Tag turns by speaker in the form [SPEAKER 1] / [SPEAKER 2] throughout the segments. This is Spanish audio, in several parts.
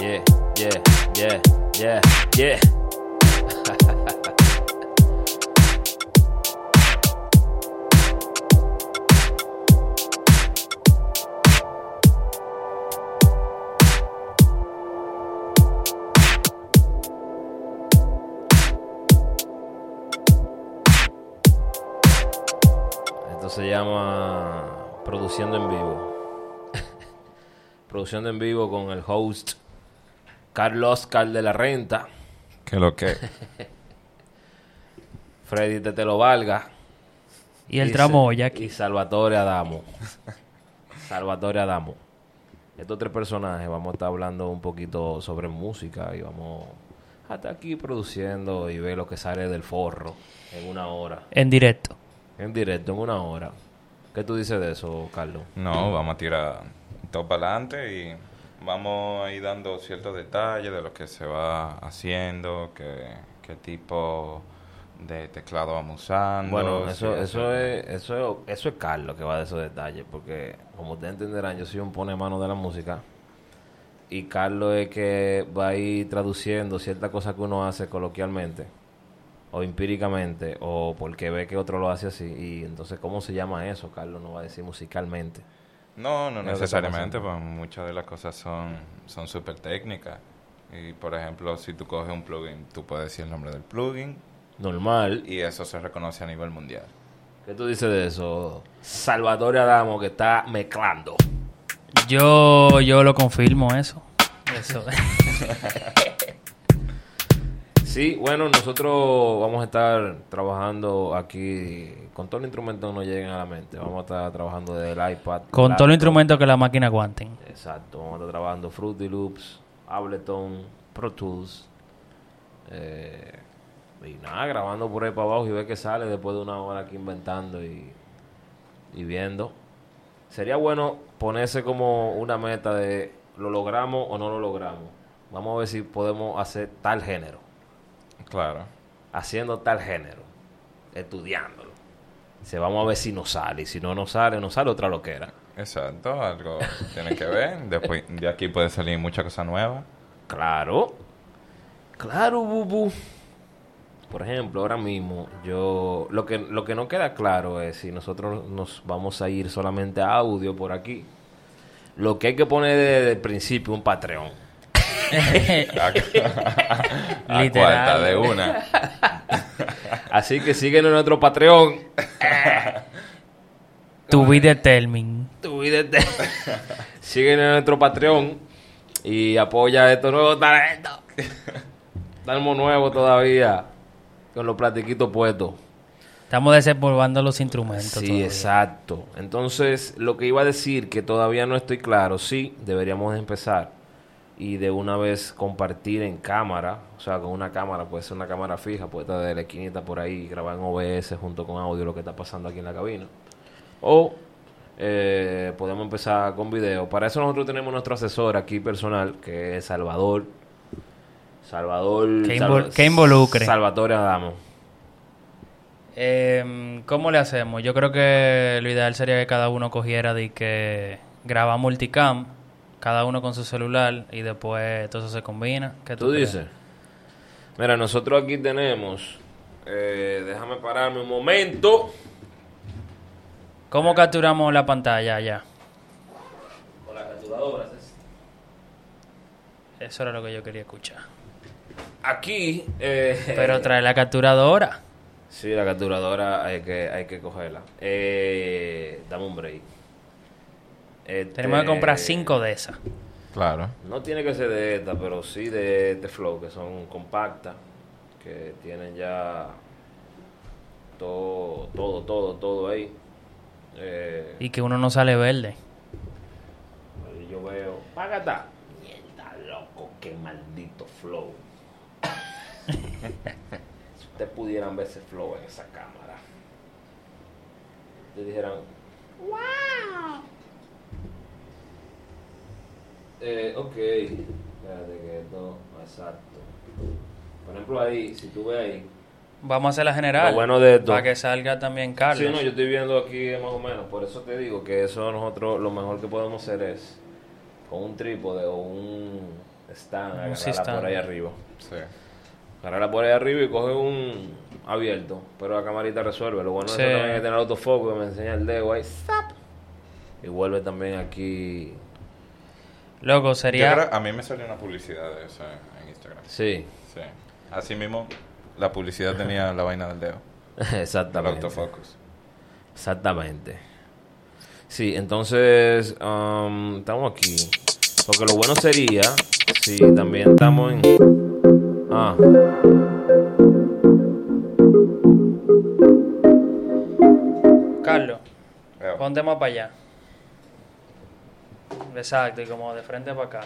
[SPEAKER 1] Yeah, yeah, yeah, yeah. Esto se llama Produciendo en Vivo. Produciendo en Vivo con el host Carlos Oscar de la Renta,
[SPEAKER 2] Que lo que.
[SPEAKER 1] Freddy Tete lo valga.
[SPEAKER 3] Y el
[SPEAKER 1] sa-
[SPEAKER 3] tramo Jackie.
[SPEAKER 1] Y Salvatore Adamo. Salvatore Adamo. Estos tres personajes vamos a estar hablando un poquito sobre música y vamos a estar aquí produciendo y ver lo que sale del forro en una hora.
[SPEAKER 3] En directo.
[SPEAKER 1] En directo, en una hora. ¿Qué tú dices de eso, Carlos?
[SPEAKER 2] No, vamos a tirar todo para adelante y vamos a ir dando ciertos detalles de lo que se va haciendo, qué, qué tipo de teclado vamos usando.
[SPEAKER 1] Bueno, eso,
[SPEAKER 2] si
[SPEAKER 1] eso es, eso es, eso es Carlos que va de esos detalles, porque como ustedes entenderán, yo soy un pone mano de la música. Y Carlos es que va a ir traduciendo ciertas cosas que uno hace coloquialmente, o empíricamente, o porque ve que otro lo hace así. Y entonces, ¿cómo se llama eso? Carlos no va a decir musicalmente.
[SPEAKER 2] No, no
[SPEAKER 1] Es lo que
[SPEAKER 2] necesariamente,
[SPEAKER 1] está
[SPEAKER 2] pues muchas de las cosas son son súper técnicas. Y por ejemplo, si tú coges un plugin, tú puedes decir el nombre del plugin
[SPEAKER 1] Normal.
[SPEAKER 2] y eso se reconoce a nivel mundial.
[SPEAKER 1] ¿Qué tú dices de eso? Salvatore Adamo que está mezclando.
[SPEAKER 3] Yo, yo lo confirmo eso. Eso.
[SPEAKER 1] Sí, bueno, nosotros vamos a estar trabajando aquí con todos los instrumentos que nos lleguen a la mente. Vamos a estar trabajando desde el iPad.
[SPEAKER 3] Con todos los
[SPEAKER 1] laptop.
[SPEAKER 3] instrumentos que la máquina aguanten.
[SPEAKER 1] Exacto, vamos a estar trabajando Fruity Loops, Ableton, Pro Tools. eh, y nada, grabando por ahí para abajo y ver qué sale después de una hora aquí inventando y, y viendo. Sería bueno ponerse como una meta de lo logramos o no lo logramos. Vamos a ver si podemos hacer tal género
[SPEAKER 2] Claro.
[SPEAKER 1] haciendo tal género, estudiándolo. Se vamos a ver si nos sale. Y si no nos sale, nos sale otra loquera.
[SPEAKER 2] Exacto, algo tiene que ver. Después de aquí puede salir muchas cosas nuevas.
[SPEAKER 1] Claro. Claro, bubu. Por ejemplo, ahora mismo, yo. Lo que, lo que no queda claro es si nosotros nos vamos a ir solamente a audio por aquí. Lo que hay que poner desde el principio, un Patreon.
[SPEAKER 2] A, a
[SPEAKER 3] Literal.
[SPEAKER 2] cuarta de una.
[SPEAKER 1] Así que síguenos en nuestro Patreon.
[SPEAKER 3] Tu vida Telmin.
[SPEAKER 1] Tu vida entera. Síguenos en nuestro Patreon y apoya estos nuevos talentos. Estamos nuevos todavía. Con los platiquitos puestos.
[SPEAKER 3] Estamos desempolvando los instrumentos.
[SPEAKER 1] Sí,
[SPEAKER 3] todavía.
[SPEAKER 1] exacto. Entonces, lo que iba a decir, que todavía no estoy claro, sí, deberíamos empezar. Y de una vez compartir en cámara, o sea, con una cámara, puede ser una cámara fija, puede estar de la esquinita por ahí, grabar en OBS junto con audio lo que está pasando aquí en la cabina. O eh, podemos empezar con video. Para eso nosotros tenemos nuestro asesor aquí personal, que es Salvador. Salvador.
[SPEAKER 3] Que
[SPEAKER 1] Salva-
[SPEAKER 3] invol- que involucre.
[SPEAKER 1] Salvatore Adamo.
[SPEAKER 3] Eh, ¿Cómo le hacemos? Yo creo que lo ideal sería que cada uno cogiera de que graba multicam, cada uno con su celular y después todo eso se combina. ¿Qué
[SPEAKER 1] ¿Tú
[SPEAKER 3] crees?
[SPEAKER 1] dices? Mira, nosotros aquí tenemos. eh, déjame pararme un momento.
[SPEAKER 3] ¿Cómo capturamos la pantalla ya?
[SPEAKER 1] Con la capturadora.
[SPEAKER 3] Eso era lo que yo quería escuchar.
[SPEAKER 1] Aquí. eh,
[SPEAKER 3] Pero trae la capturadora.
[SPEAKER 1] Sí, la capturadora hay que, hay que cogerla. Eh, dame un break. Este,
[SPEAKER 3] Tenemos que comprar cinco de esas.
[SPEAKER 2] Claro.
[SPEAKER 1] No tiene que ser de esta, pero sí de este flow, que son compactas, que tienen ya todo, todo, todo, todo ahí. Eh,
[SPEAKER 3] Y que uno no sale verde.
[SPEAKER 1] Ahí Yo veo, págata. Mierda, loco, qué maldito flow. si ustedes pudieran ver ese flow en esa cámara, ustedes dijeran, ¡Wow! Eh, ok, espérate que esto no es exacto. Por ejemplo, ahí, si tú ves ahí.
[SPEAKER 3] Vamos a hacer la general.
[SPEAKER 1] Lo bueno de esto.
[SPEAKER 3] Para que salga también Carlos.
[SPEAKER 1] Sí, no, yo estoy viendo aquí eh, más o menos. Por eso te digo que eso nosotros lo mejor que podemos hacer es con un trípode o un, están,
[SPEAKER 3] Un
[SPEAKER 1] agarrarla
[SPEAKER 3] stand.
[SPEAKER 1] por ahí arriba.
[SPEAKER 2] Sí.
[SPEAKER 1] Agarrarla por ahí arriba y coge un abierto. Pero la camarita resuelve. Lo bueno
[SPEAKER 3] Sí.
[SPEAKER 1] es que también hay que tener autofoco que me enseña el dedo ahí. ¡zap! Y vuelve también aquí.
[SPEAKER 3] Loco,
[SPEAKER 2] Yo
[SPEAKER 3] sería...
[SPEAKER 2] creo- a mí me salió una publicidad de eso en, en Instagram.
[SPEAKER 1] Sí,
[SPEAKER 2] Sí. Así mismo, la publicidad tenía la vaina del dedo. El
[SPEAKER 1] exactamente.
[SPEAKER 2] autofocus.
[SPEAKER 1] Exactamente. Sí, entonces am, estamos aquí. Porque lo bueno sería si también estamos en. Ah.
[SPEAKER 3] Carlos,
[SPEAKER 2] Veo.
[SPEAKER 3] ponte más para allá. Exacto, y como de frente para acá.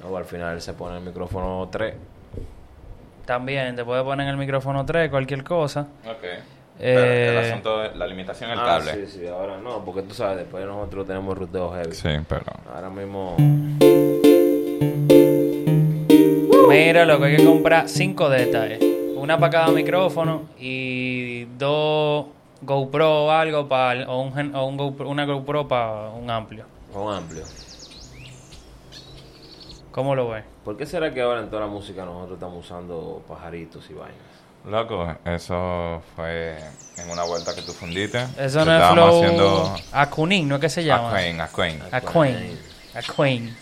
[SPEAKER 1] Luego al final se pone el micrófono 3.
[SPEAKER 3] También te puedes poner en el micrófono 3, cualquier cosa.
[SPEAKER 2] Ok. Pero el
[SPEAKER 3] Eh,
[SPEAKER 2] asunto, es- la limitación es el
[SPEAKER 1] ah,
[SPEAKER 2] cable.
[SPEAKER 1] Sí, sí, ahora no, porque tú sabes, después nosotros tenemos ruteo heavy.
[SPEAKER 2] pero.
[SPEAKER 1] Ahora mismo.
[SPEAKER 3] Mira, lo que hay que comprar 5 de estas, eh. Una para cada micrófono y dos GoPro o algo para o, un, gen- o un GoPro- una GoPro para un amplio.
[SPEAKER 1] Con amplio.
[SPEAKER 3] ¿Cómo lo ves?
[SPEAKER 1] ¿Por qué será que ahora en toda la música nosotros estamos usando pajaritos y vainas?
[SPEAKER 2] Loco, eso fue en una vuelta que tú fundiste.
[SPEAKER 3] Eso
[SPEAKER 2] Que
[SPEAKER 3] no es
[SPEAKER 2] estábamos
[SPEAKER 3] flow
[SPEAKER 2] haciendo
[SPEAKER 3] Acunin, ¿no es que se llama?
[SPEAKER 2] Aquain, Aquain.
[SPEAKER 3] Aquain. Aquain.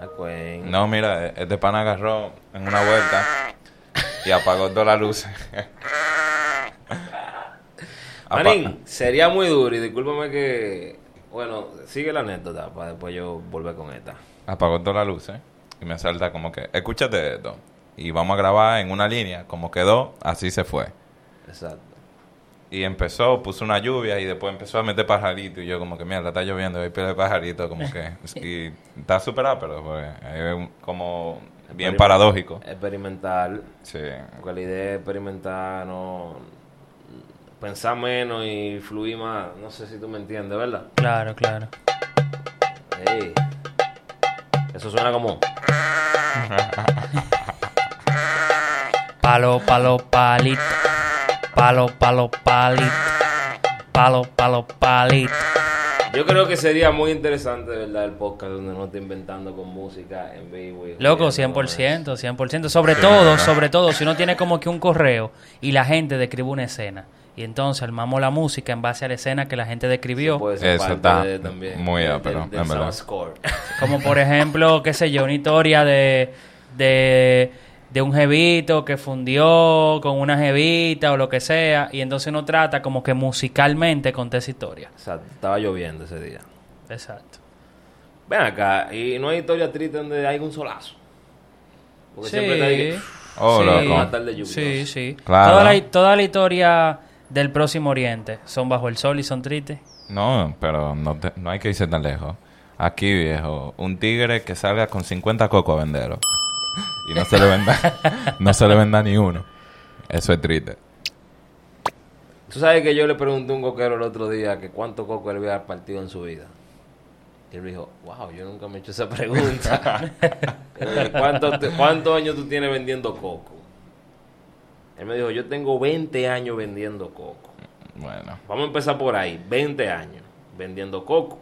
[SPEAKER 1] Ah, pues,
[SPEAKER 2] No, mira, este pan agarró en una vuelta y apagó todas las luces. Apa-
[SPEAKER 1] Manín, sería muy duro y discúlpame que. Bueno, sigue la anécdota para después yo volver con esta.
[SPEAKER 2] apagó todas las luces ¿eh? y me salta como que, escúchate esto. Y vamos a grabar en una línea, como quedó, así se fue.
[SPEAKER 1] Exacto.
[SPEAKER 2] Y empezó, puso una lluvia y después empezó a meter pajaritos. Y yo como que, mierda, está lloviendo, hay pila de pajaritos, como que... Y está superado, pero pues, es un- como bien
[SPEAKER 1] Experim-
[SPEAKER 2] paradójico.
[SPEAKER 1] Experimentar.
[SPEAKER 2] Sí,
[SPEAKER 1] Porque la idea es experimentar, no. Pensar menos y fluir más. No sé si tú me entiendes, ¿verdad?
[SPEAKER 3] Claro, claro.
[SPEAKER 1] Ey. Eso suena como.
[SPEAKER 3] Palo, palo, palito. Palo, palo, palito. Palo, palo, palito.
[SPEAKER 1] Yo creo que sería muy interesante, de ¿verdad? El podcast donde no esté inventando con música en vivo. y
[SPEAKER 3] Loco,
[SPEAKER 1] jodiendo, ¿no?
[SPEAKER 3] 100%, 100%. Sobre todo, sobre todo, si uno tiene como que un correo y la gente describe una escena. Y entonces armamos la música en base a la escena que la gente describió.
[SPEAKER 1] Puede ser
[SPEAKER 2] Eso
[SPEAKER 1] parte
[SPEAKER 2] está
[SPEAKER 1] de- también
[SPEAKER 2] muy
[SPEAKER 1] del-
[SPEAKER 2] ápero,
[SPEAKER 1] del- del
[SPEAKER 2] en
[SPEAKER 1] sound
[SPEAKER 2] verdad.
[SPEAKER 1] score.
[SPEAKER 3] Como por ejemplo, qué sé yo, una historia de, de, de un jevito que fundió con una jevita o lo que sea. Y entonces uno trata como que musicalmente contar esa historia.
[SPEAKER 1] O sea, estaba lloviendo ese día.
[SPEAKER 3] Exacto.
[SPEAKER 1] Ven acá, y no hay historia triste donde hay un solazo. Porque siempre está ahí que-
[SPEAKER 2] Oh, loco.
[SPEAKER 1] Una tarde lluviosa.
[SPEAKER 3] Sí, sí.
[SPEAKER 2] Claro.
[SPEAKER 3] Toda, la, toda la historia del próximo oriente son bajo el sol y son tristes.
[SPEAKER 2] no, pero no, te- no hay que irse tan lejos. Aquí, viejo, un tigre que salga con 50 cocos a venderlo. Y no se le venda, no se le venda ni uno. Eso es triste.
[SPEAKER 1] Tú sabes que yo le pregunté a un coquero el otro día que cuánto coco él había partido en su vida. Y él me dijo, wow, yo nunca me he hecho esa pregunta. Eh, ¿Cuánto te- ¿Cuántos años tú tienes vendiendo coco? Él me dijo, yo tengo 20 años vendiendo coco.
[SPEAKER 2] Bueno.
[SPEAKER 1] Vamos a empezar por ahí, 20 años vendiendo coco.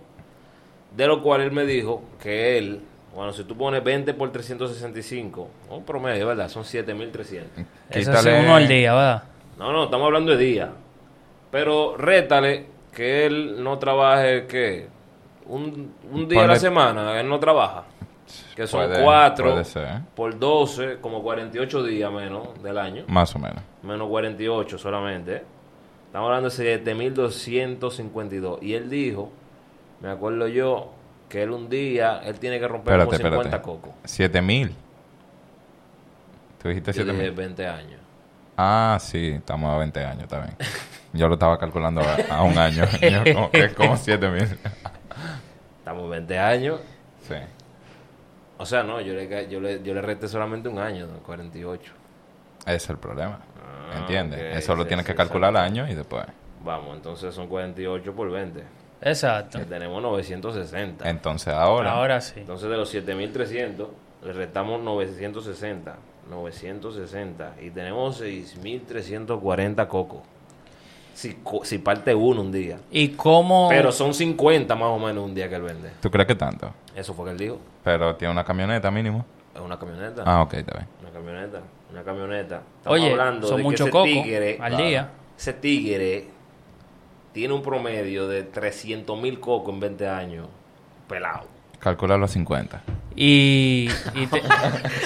[SPEAKER 1] De lo cual él me dijo que él, bueno, si tú pones 20 por 365, un promedio, ¿verdad? Son 7300.
[SPEAKER 3] Eso es uno al día, ¿verdad?
[SPEAKER 1] No, no, estamos hablando de día. Pero rétale que él no trabaje, ¿qué? Un, un día a la
[SPEAKER 2] Ponle-
[SPEAKER 1] semana, él no trabaja. Que son
[SPEAKER 2] Puede-
[SPEAKER 1] 4
[SPEAKER 2] puede ser, ¿eh?
[SPEAKER 1] por 12, como 48 días menos del año.
[SPEAKER 2] Mm. Más o menos.
[SPEAKER 1] Menos 48 solamente. ¿eh? Estamos hablando de 7.252. Y él dijo, me acuerdo yo, que él un día, él tiene que romper
[SPEAKER 2] Espérate,
[SPEAKER 1] como 50
[SPEAKER 2] espérate.
[SPEAKER 1] cocos.
[SPEAKER 2] 7000. Tú dijiste
[SPEAKER 1] Yo
[SPEAKER 2] 7000.
[SPEAKER 1] dije 20 años.
[SPEAKER 2] Ah, sí, estamos a 20 años también. Yo lo estaba calculando a, a un año. Yo como que es como 7 mil.
[SPEAKER 1] Estamos 20 años.
[SPEAKER 2] Sí.
[SPEAKER 1] O sea, no, yo le, ca- yo le, yo le resté solamente un año, ¿no? 48.
[SPEAKER 2] Ese es el problema.
[SPEAKER 1] Ah,
[SPEAKER 2] ¿Entiendes?
[SPEAKER 1] ok,
[SPEAKER 2] Eso lo
[SPEAKER 1] sí,
[SPEAKER 2] tienes que
[SPEAKER 1] sí,
[SPEAKER 2] calcular al año y después.
[SPEAKER 1] Vamos, entonces son 48 por 20.
[SPEAKER 3] Exacto.
[SPEAKER 1] Que tenemos 960.
[SPEAKER 2] Entonces ahora.
[SPEAKER 3] Ahora sí.
[SPEAKER 1] Entonces de los 7300 le restamos 960, 960 y tenemos 6340 cocos. si, cu- si parte uno un día.
[SPEAKER 3] ¿Y cómo...?
[SPEAKER 1] Pero son 50 más o menos un día que él vende.
[SPEAKER 2] ¿Tú crees que tanto?
[SPEAKER 1] Eso fue que él dijo.
[SPEAKER 2] Pero tiene una camioneta mínimo.
[SPEAKER 1] Es una camioneta.
[SPEAKER 2] Ah, ok, está bien.
[SPEAKER 1] Una camioneta. Una camioneta. Estamos
[SPEAKER 3] Oye,
[SPEAKER 1] hablando
[SPEAKER 3] son
[SPEAKER 1] de
[SPEAKER 3] mucho
[SPEAKER 1] que ese
[SPEAKER 3] coco
[SPEAKER 1] tigre,
[SPEAKER 3] al día.
[SPEAKER 1] Ese tigre tiene un promedio de 300 mil cocos en 20 años. Pelado.
[SPEAKER 2] Calcula los 50.
[SPEAKER 3] Y... y te-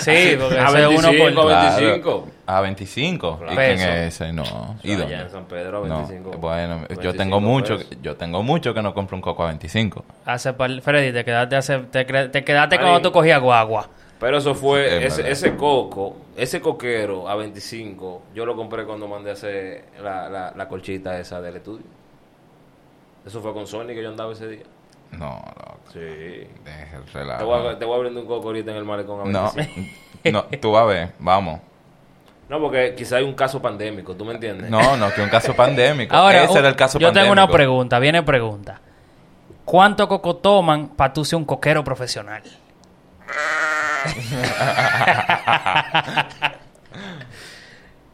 [SPEAKER 3] sí, porque
[SPEAKER 1] A
[SPEAKER 3] eso es uno
[SPEAKER 1] 25,
[SPEAKER 3] por...
[SPEAKER 1] a 25
[SPEAKER 2] A 25. ¿Y quién
[SPEAKER 3] Peso.
[SPEAKER 2] es ese? No. ¿Y
[SPEAKER 1] Allá
[SPEAKER 2] dónde?
[SPEAKER 1] en San Pedro a
[SPEAKER 2] No.
[SPEAKER 1] 25.
[SPEAKER 2] Bueno,
[SPEAKER 1] 25
[SPEAKER 2] yo tengo mucho,
[SPEAKER 1] pesos.
[SPEAKER 2] yo tengo mucho que no compro un coco a 25.
[SPEAKER 3] Hace par- Freddy, te quedaste, hace- te, cre- te quedaste
[SPEAKER 1] Marín.
[SPEAKER 3] cuando tú cogías guagua.
[SPEAKER 1] Pero eso fue,
[SPEAKER 2] Es
[SPEAKER 1] ese,
[SPEAKER 2] verdad.
[SPEAKER 1] ese coco, ese coquero a 25, yo lo compré cuando mandé a hacer la, la, la colchita esa del estudio. Eso fue con Sony que yo andaba ese día.
[SPEAKER 2] No, loco.
[SPEAKER 1] Sí.
[SPEAKER 2] Deja el
[SPEAKER 1] Te voy,
[SPEAKER 2] relajo.
[SPEAKER 1] a, te voy a brindar un coco ahorita en el malecón a
[SPEAKER 2] No,
[SPEAKER 1] 25.
[SPEAKER 2] no, tú vas a ver, vamos.
[SPEAKER 1] No, porque quizá hay un caso pandémico, ¿tú me entiendes?
[SPEAKER 2] No, no, que un caso pandémico.
[SPEAKER 3] Ahora,
[SPEAKER 2] Ese
[SPEAKER 3] un-
[SPEAKER 2] era el caso
[SPEAKER 3] yo
[SPEAKER 2] pandémico.
[SPEAKER 3] tengo una pregunta, viene pregunta. ¿Cuánto coco toman para tú ser un coquero profesional?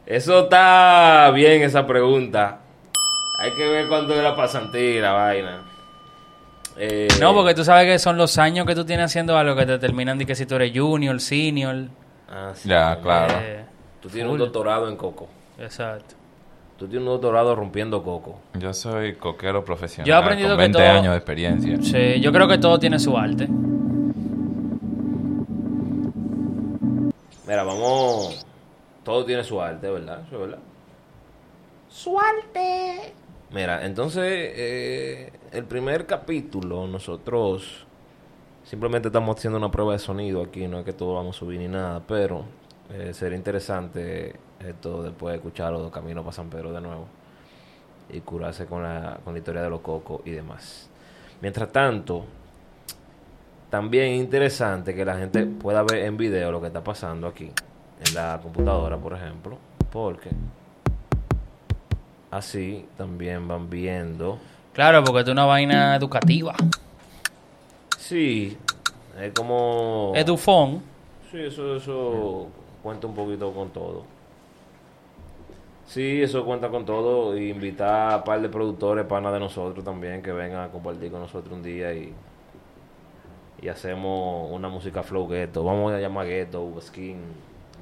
[SPEAKER 1] Eso está bien, esa pregunta. Hay que ver cuánto era pasantía y la vaina. Eh,
[SPEAKER 3] No, porque tú sabes que son los años que tú tienes haciendo algo que te determinan de que si tú eres junior, senior.
[SPEAKER 1] Ah, sí,
[SPEAKER 2] Ya,
[SPEAKER 1] coño.
[SPEAKER 2] claro.
[SPEAKER 3] eh,
[SPEAKER 1] Tú tienes un
[SPEAKER 3] full.
[SPEAKER 1] doctorado en coco.
[SPEAKER 3] Exacto.
[SPEAKER 1] Tú tienes un doctorado rompiendo coco.
[SPEAKER 2] Yo soy coquero profesional.
[SPEAKER 3] Yo he aprendido
[SPEAKER 2] con
[SPEAKER 3] que
[SPEAKER 2] 20
[SPEAKER 3] todo-
[SPEAKER 2] años de experiencia.
[SPEAKER 3] Sí, yo creo que todo tiene su arte.
[SPEAKER 1] Mira, vamos. Todo tiene su arte, ¿verdad? Eso es verdad. Su arte. Mira, entonces, eh, el primer capítulo, nosotros simplemente estamos haciendo una prueba de sonido aquí, no es que todo vamos a subir ni nada, pero eh, sería interesante esto después de escucharlo de camino para San Pedro de nuevo y curarse con la, con la historia de los cocos y demás. Mientras tanto, también es interesante que la gente pueda ver en video lo que está pasando aquí, en la computadora, por ejemplo, porque así también van viendo.
[SPEAKER 3] Claro, porque es una vaina educativa.
[SPEAKER 1] Sí, es como...
[SPEAKER 3] Edufón.
[SPEAKER 1] Sí, eso, eso cuenta un poquito con todo. Sí, eso cuenta con todo. Y invitar a un par de productores, panas de nosotros también, que vengan a compartir con nosotros un día y, y hacemos una música flow ghetto. Vamos a llamar ghetto, skin,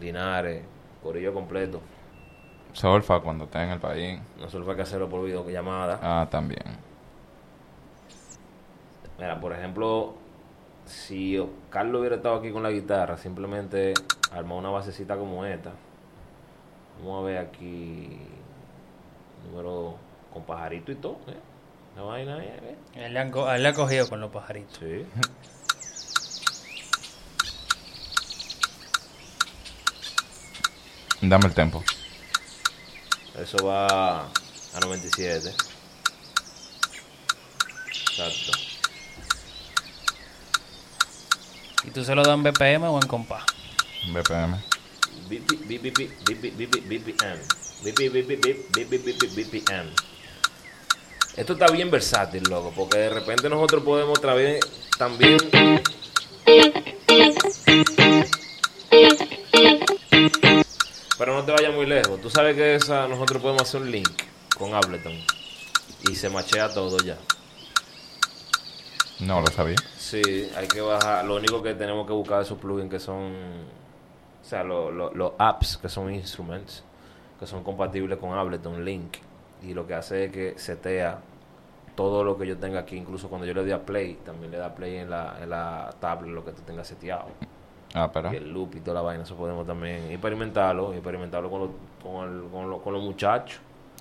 [SPEAKER 1] Linares, corillo completo.
[SPEAKER 2] Solfa cuando esté en el país.
[SPEAKER 1] Nosotros hay que hacerlo por videollamada.
[SPEAKER 2] Ah, también.
[SPEAKER 1] Mira, por ejemplo, si Carlos hubiera estado aquí con la guitarra, simplemente armó una basecita como esta. Vamos a ver aquí. Número con pajarito y todo. ¿eh? La vaina ahí, ¿eh?
[SPEAKER 3] Él le, han co- a él le ha cogido con los pajaritos.
[SPEAKER 1] Sí.
[SPEAKER 2] Dame el tiempo.
[SPEAKER 1] Eso va a 97. Exacto.
[SPEAKER 3] ¿Y tú se lo das en BPM o en compás?
[SPEAKER 2] BPM.
[SPEAKER 1] BPM. BPM. Esto está bien versátil, loco, porque de repente nosotros podemos otra vez también. Pero no te vayas muy lejos. Tú sabes que esa nosotros podemos hacer un link con Ableton y se machea todo ya.
[SPEAKER 2] No lo sabía.
[SPEAKER 1] Sí, hay que bajar. Lo único que tenemos que buscar es esos plugins que son. O sea, lo- lo- los apps que son instruments. Que son compatibles con Ableton Link. Y lo que hace es que setea todo lo que yo tenga aquí. Incluso cuando yo le doy a play, también le da play en la, en la tablet lo que tú tengas seteado.
[SPEAKER 2] Ah, pero.
[SPEAKER 1] Y el loop y toda la vaina. Eso podemos también experimentarlo. Experimentarlo con, los- con, el- con, los- con los muchachos.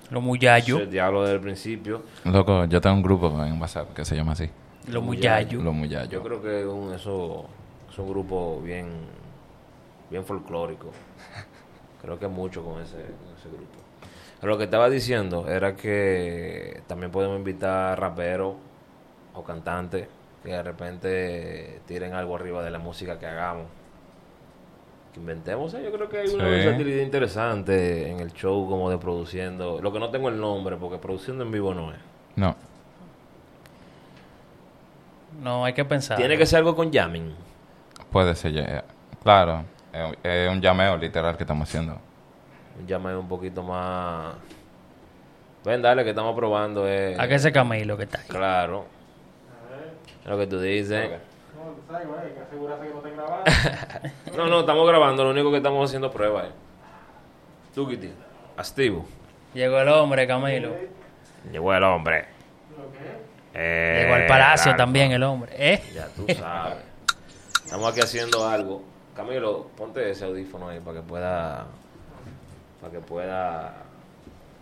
[SPEAKER 3] Los muyallos.
[SPEAKER 1] El diablo desde el principio.
[SPEAKER 2] Loco, yo tengo un grupo en WhatsApp que se llama así.
[SPEAKER 3] Los muyallos.
[SPEAKER 2] Los
[SPEAKER 1] Yo
[SPEAKER 2] Muyallos.
[SPEAKER 1] creo que es un, eso es un grupo bien, bien folclórico. Creo que mucho con ese, con ese grupo. Pero lo que estaba diciendo era que también podemos invitar raperos o cantantes que de repente tiren algo arriba de la música que hagamos. Que inventemos, eh, yo creo que hay una
[SPEAKER 2] Sí.
[SPEAKER 1] versatilidad interesante en el show como de produciendo. Lo que no tengo el nombre, porque produciendo en vivo no es.
[SPEAKER 2] No.
[SPEAKER 3] No, hay que pensar.
[SPEAKER 1] Tiene que ser algo con jamming.
[SPEAKER 2] Puede ser. ya- Claro. Es es un llameo literal que estamos haciendo.
[SPEAKER 1] un llama un poquito más Ven, dale, que estamos probando. eh.
[SPEAKER 3] ¿A qué ese Camilo que está ahí?
[SPEAKER 1] Claro. Es lo que tú dices.
[SPEAKER 4] No, tú sabes, güey, hay que asegurarse que no te grabando.
[SPEAKER 1] No, no, estamos grabando. Lo único que estamos haciendo pruebas. eh. Tú, Kitty. Activo.
[SPEAKER 3] Llegó el hombre, Camilo.
[SPEAKER 1] Eh, Llegó el hombre. Eh,
[SPEAKER 3] Llegó al palacio
[SPEAKER 1] claro.
[SPEAKER 3] también el hombre. ¿Eh?
[SPEAKER 1] Ya tú sabes. Estamos aquí haciendo algo. Camilo, ponte ese audífono ahí para que pueda. Para que pueda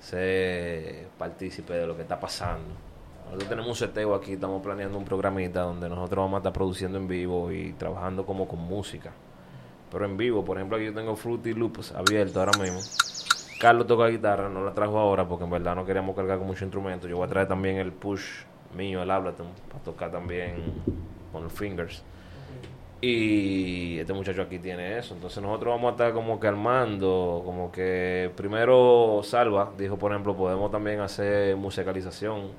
[SPEAKER 1] ser partícipe de lo que está pasando. Nosotros tenemos un seteo aquí, estamos planeando un programita donde nosotros vamos a estar produciendo en vivo y trabajando como con música. Pero en vivo, por ejemplo, aquí yo tengo Fruity Loops abierto ahora mismo. Carlos toca guitarra, no la trajo ahora porque en verdad no queríamos cargar con mucho instrumento. Yo voy a traer también el push mío, el Ableton, para tocar también con los fingers. Y este muchacho aquí tiene eso. Entonces nosotros vamos a estar como que armando, como que primero Salva dijo, por ejemplo, podemos también hacer musicalización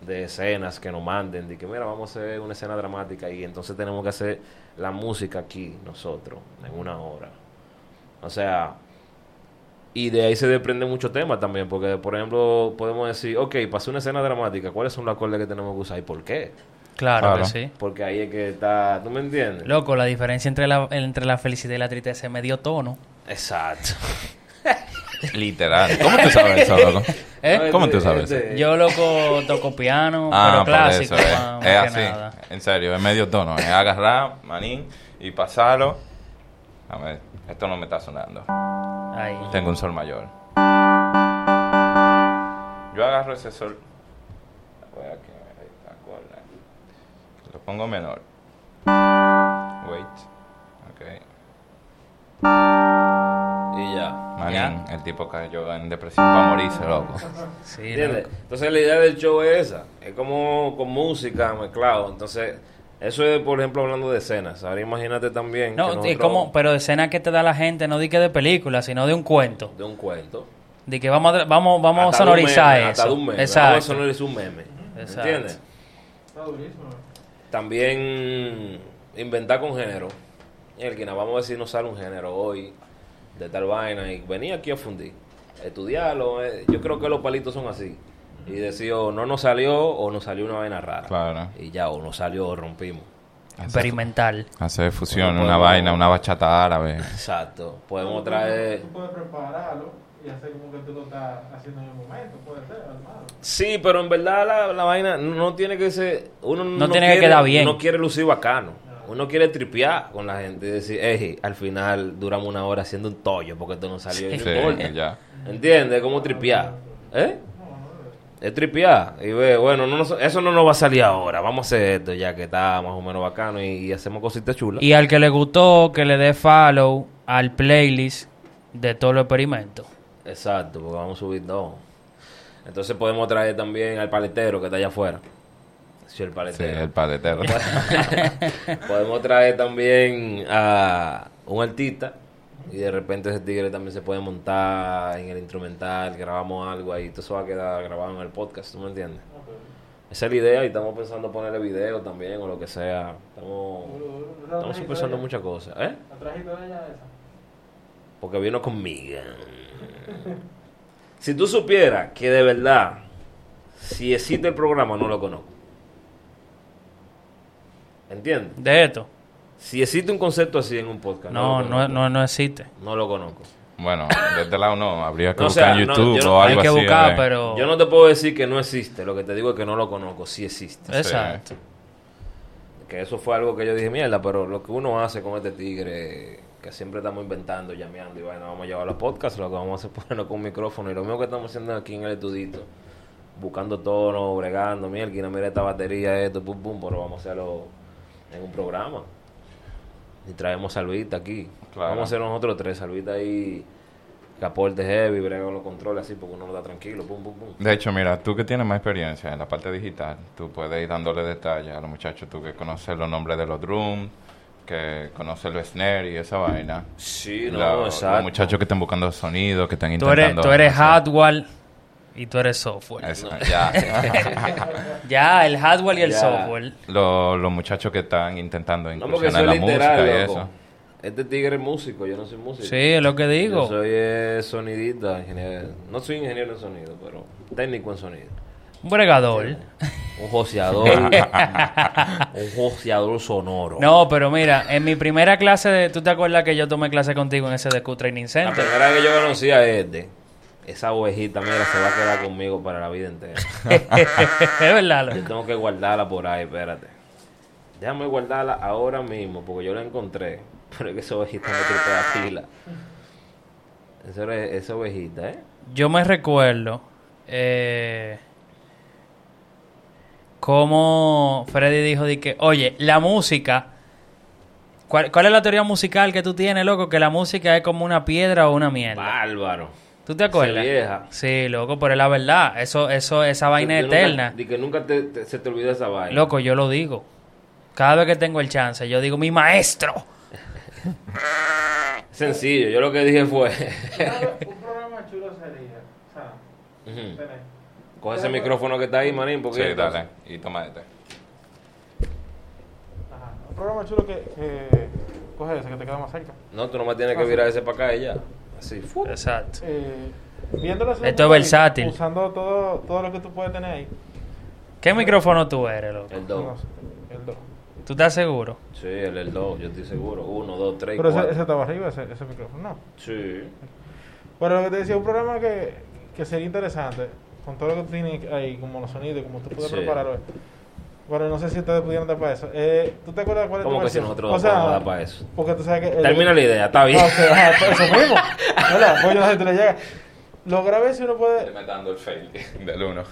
[SPEAKER 1] de escenas que nos manden, de que mira, vamos a hacer una escena dramática y entonces tenemos que hacer la música aquí nosotros, en una hora. O sea, y de ahí se desprende mucho tema también, porque por ejemplo podemos decir, ok, pasó una escena dramática, ¿cuáles son los acordes que tenemos que usar y por qué?
[SPEAKER 3] Claro,
[SPEAKER 2] Claro.
[SPEAKER 3] que sí.
[SPEAKER 1] Porque ahí es que está, ¿tú me entiendes?
[SPEAKER 3] Loco, la diferencia entre la, entre la felicidad y la tristeza es medio tono.
[SPEAKER 1] Exacto.
[SPEAKER 2] Literal. ¿Cómo tú sabes eso, loco?
[SPEAKER 3] ¿Eh?
[SPEAKER 1] No,
[SPEAKER 2] ¿Cómo tú
[SPEAKER 1] este-
[SPEAKER 2] sabes?
[SPEAKER 1] este-
[SPEAKER 3] Yo, loco, toco piano,
[SPEAKER 2] Ah,
[SPEAKER 3] pero
[SPEAKER 2] por
[SPEAKER 3] clásico.
[SPEAKER 2] eso, eh.
[SPEAKER 3] más- más
[SPEAKER 2] Es
[SPEAKER 3] que
[SPEAKER 2] así.
[SPEAKER 3] nada.
[SPEAKER 2] En serio, es medio tono. Es agarrar, manín, y pasarlo. A ver, esto no me está sonando.
[SPEAKER 3] Ahí.
[SPEAKER 2] Tengo un sol mayor. Yo agarro ese sol. Voy aquí, ahí está, acorda. Lo pongo menor. Wait. Ok.
[SPEAKER 1] Y ya.
[SPEAKER 2] Manín, el tipo cayó en depresión para morirse, loco.
[SPEAKER 3] Sí,
[SPEAKER 1] ¿Entiendes?
[SPEAKER 3] loco.
[SPEAKER 1] Entonces la idea del show es esa. Es como con música mezclado. Entonces, eso es, por ejemplo, hablando de escenas. Ahora imagínate también que
[SPEAKER 3] No,
[SPEAKER 1] nosotros-
[SPEAKER 3] es como, pero de escena que te da la gente, no di que de película, sino de un cuento.
[SPEAKER 1] de un cuento.
[SPEAKER 3] De que vamos a, tra- vamos, vamos a
[SPEAKER 1] Hasta de un
[SPEAKER 3] sonorizar
[SPEAKER 1] meme, hasta
[SPEAKER 3] eso.
[SPEAKER 1] de un meme.
[SPEAKER 3] Exacto.
[SPEAKER 1] Vamos a sonorizar un meme.
[SPEAKER 3] Exacto.
[SPEAKER 1] ¿Entiendes?
[SPEAKER 4] Está durísimo.
[SPEAKER 1] También inventar con género. El que nada vamos a decir no sale un género hoy de tal vaina y venir aquí a fundir. Estudiarlo. eh, Yo creo que los palitos son así. Y decir, o no nos salió o nos salió una vaina rara.
[SPEAKER 2] Claro.
[SPEAKER 1] Y ya, o nos salió o rompimos.
[SPEAKER 3] Experimental.
[SPEAKER 2] Hacer fusión,
[SPEAKER 1] Bueno,
[SPEAKER 2] una
[SPEAKER 1] podemos-
[SPEAKER 2] vaina, una bachata árabe.
[SPEAKER 1] Exacto. Podemos traer...
[SPEAKER 4] Tú puedes prepararlo y hacer como que tú lo estás haciendo en el momento, puede ser, hermano.
[SPEAKER 1] Sí, pero en verdad la, la vaina no tiene que ser... Uno no,
[SPEAKER 3] tiene que
[SPEAKER 1] quiere,
[SPEAKER 3] quedar bien.
[SPEAKER 1] No quiere lucir bacano. Uno quiere tripear con la gente y decir, eje, al final duramos una hora haciendo un tollo porque esto no salió. Y no
[SPEAKER 2] Sí,
[SPEAKER 1] importa.
[SPEAKER 2] ya.
[SPEAKER 1] ¿Entiendes? Es como tripear. ¿Eh? Es tripear. Y ve, bueno, no nos- eso no nos va a salir ahora. Vamos a hacer esto ya que está más o menos bacano y, y hacemos cositas chulas.
[SPEAKER 3] Y al que le gustó, que le dé follow al playlist de todo el experimento.
[SPEAKER 1] Exacto, porque vamos a subir dos. Entonces podemos traer también al paletero que está allá afuera. Sí, el
[SPEAKER 2] Sí,
[SPEAKER 1] paletero.
[SPEAKER 2] el paletero.
[SPEAKER 1] podemos traer también a un artista y de repente ese tigre también se puede montar en el instrumental, grabamos algo ahí, todo eso va a quedar grabado en el podcast, ¿tú me entiendes? Esa es la idea y estamos pensando ponerle video también o lo que sea. Estamos, estamos pensando muchas cosas, ¿eh?
[SPEAKER 4] La trajiste de ella esa.
[SPEAKER 1] Porque vino conmigo. Si tú supieras que de verdad, si existe el programa, no lo conozco. ¿Entiendes?
[SPEAKER 3] De esto.
[SPEAKER 1] Si existe un concepto así en un podcast,
[SPEAKER 3] No,
[SPEAKER 1] lo
[SPEAKER 3] no,
[SPEAKER 1] conozco.
[SPEAKER 3] no, no existe.
[SPEAKER 1] No lo conozco.
[SPEAKER 2] Bueno, de este lado no, habría que
[SPEAKER 1] No, o
[SPEAKER 2] buscar
[SPEAKER 1] sea,
[SPEAKER 2] en
[SPEAKER 1] no,
[SPEAKER 2] YouTube
[SPEAKER 1] yo no-
[SPEAKER 2] o
[SPEAKER 3] Hay
[SPEAKER 2] algo
[SPEAKER 3] que
[SPEAKER 2] así.
[SPEAKER 3] buscar,
[SPEAKER 2] eh.
[SPEAKER 3] pero.
[SPEAKER 1] Yo no te puedo decir que no existe. Lo que te digo es que no lo conozco. Sí existe.
[SPEAKER 3] Exacto.
[SPEAKER 1] Que eso fue algo que yo dije, mierda, pero lo que uno hace con este tigre, que siempre estamos inventando, llameando, y bueno, vamos a llevar los podcasts, lo que vamos a hacer es ponerlo con un micrófono. Y lo mismo que estamos haciendo aquí en el estudito, buscando tono, bregando, mierda, mira esta batería, esto, pum, pum, pero vamos a hacerlo en un programa. Y traemos salvita aquí.
[SPEAKER 2] Claro.
[SPEAKER 1] Vamos a hacer nosotros tres, salvita ahí, que aporte heavy, brega con los controles así, porque uno lo da tranquilo, pum, pum, pum.
[SPEAKER 2] De hecho, mira, tú que tienes más experiencia en la parte digital, tú puedes ir dándole detalles a los muchachos, tú que conoces los nombres de los drums, que conoces los snare y esa vaina.
[SPEAKER 1] Sí, no,
[SPEAKER 2] La- Los
[SPEAKER 1] exacto.
[SPEAKER 2] muchachos que están buscando sonidos, que están
[SPEAKER 3] Tú
[SPEAKER 2] intentando...
[SPEAKER 3] eres, tú eres
[SPEAKER 2] hacer-
[SPEAKER 3] hardware y tú eres software.
[SPEAKER 2] Eso, ya.
[SPEAKER 3] Ya, el hardware y el
[SPEAKER 1] Ya.
[SPEAKER 3] software.
[SPEAKER 2] Los, los muchachos que están intentando
[SPEAKER 1] No, porque eso
[SPEAKER 2] incursionar
[SPEAKER 1] es
[SPEAKER 2] en la música
[SPEAKER 1] literal,
[SPEAKER 2] y
[SPEAKER 1] loco.
[SPEAKER 2] eso.
[SPEAKER 1] Este tigre es músico, yo no soy músico.
[SPEAKER 3] Sí, es lo que digo.
[SPEAKER 1] Yo soy eh, sonidista, ingeniero. No soy ingeniero en sonido, pero técnico en sonido.
[SPEAKER 3] Un bregador.
[SPEAKER 1] Un joseador. un joseador sonoro.
[SPEAKER 3] No, pero mira, en mi primera clase, de, ¿tú te acuerdas que yo tomé clase contigo en ese de Q Training
[SPEAKER 1] La
[SPEAKER 3] Center?
[SPEAKER 1] primera vez que yo conocí a este, esa ovejita, mira, se va a quedar conmigo para la vida entera. Ah,
[SPEAKER 3] es verdad.
[SPEAKER 1] Yo
[SPEAKER 3] loco.
[SPEAKER 1] tengo que guardarla por ahí, espérate. Déjame guardarla ahora mismo, porque yo la encontré. Pero es que esa ovejita me tripe la fila. Esa, era- esa ovejita, ¿eh?
[SPEAKER 3] Yo me recuerdo eh, cómo Freddy dijo de que, oye, la música... ¿cuál, cuál es la teoría musical que tú tienes, loco? Que la música es como una piedra o una mierda.
[SPEAKER 1] Bárbaro.
[SPEAKER 3] ¿Tú te acuerdas?
[SPEAKER 1] vieja.
[SPEAKER 3] Sí, loco, pero es la verdad. Eso, eso, esa vaina es
[SPEAKER 1] Yo nunca-
[SPEAKER 3] eterna.
[SPEAKER 1] Di que nunca te- te- se te olvida esa vaina.
[SPEAKER 3] Loco, yo lo digo. Cada vez que tengo el chance, yo digo, mi maestro.
[SPEAKER 1] Sencillo, yo lo que dije fue...
[SPEAKER 4] Un programa chulo sería, o sea,
[SPEAKER 1] Ujú.
[SPEAKER 4] tener.
[SPEAKER 1] Coge ese micrófono que está ahí, manín, porque...
[SPEAKER 2] Sí, dale. Y toma este.
[SPEAKER 4] Ajá. Un programa chulo que, que coge ese, que te queda más cerca.
[SPEAKER 1] No, tú nomás tienes que virar ese para acá y ya. Así, fu-
[SPEAKER 3] Exacto.
[SPEAKER 4] Eh, viéndolo así,
[SPEAKER 3] Esto es versátil.
[SPEAKER 4] Usando todo, todo lo que tú puedes tener ahí.
[SPEAKER 3] ¿Qué micrófono tú eres, loco?
[SPEAKER 1] El
[SPEAKER 4] No
[SPEAKER 1] 2.
[SPEAKER 4] sé, el 2.
[SPEAKER 3] ¿Tú estás seguro?
[SPEAKER 1] Sí, el, el 2, yo estoy seguro. 1, 2, 3,
[SPEAKER 4] Pero ese,
[SPEAKER 1] 4.
[SPEAKER 4] ese estaba arriba, ese, ese micrófono. No.
[SPEAKER 1] Sí.
[SPEAKER 4] Pero lo que te decía, un programa que, que sería interesante, con todo lo que tú tienes ahí, como los sonidos, como tú puedes
[SPEAKER 1] Sí.
[SPEAKER 4] prepararlo. Bueno, no sé si ustedes pudieran dar para eso. Eh, ¿Tú te acuerdas cuál es tu
[SPEAKER 1] ¿Cómo que si
[SPEAKER 4] versión?
[SPEAKER 1] nosotros
[SPEAKER 4] O
[SPEAKER 1] no
[SPEAKER 4] sea, eh,
[SPEAKER 1] podemos dar para eso?
[SPEAKER 4] Porque tú sabes que... el-
[SPEAKER 1] Termina la idea, está bien.
[SPEAKER 4] Ah, ok, ajá, eso mismo. Hola, pues yo no sé si tú le llegas. Lo grave es si uno puede...
[SPEAKER 2] Estoy dando el fail del uno.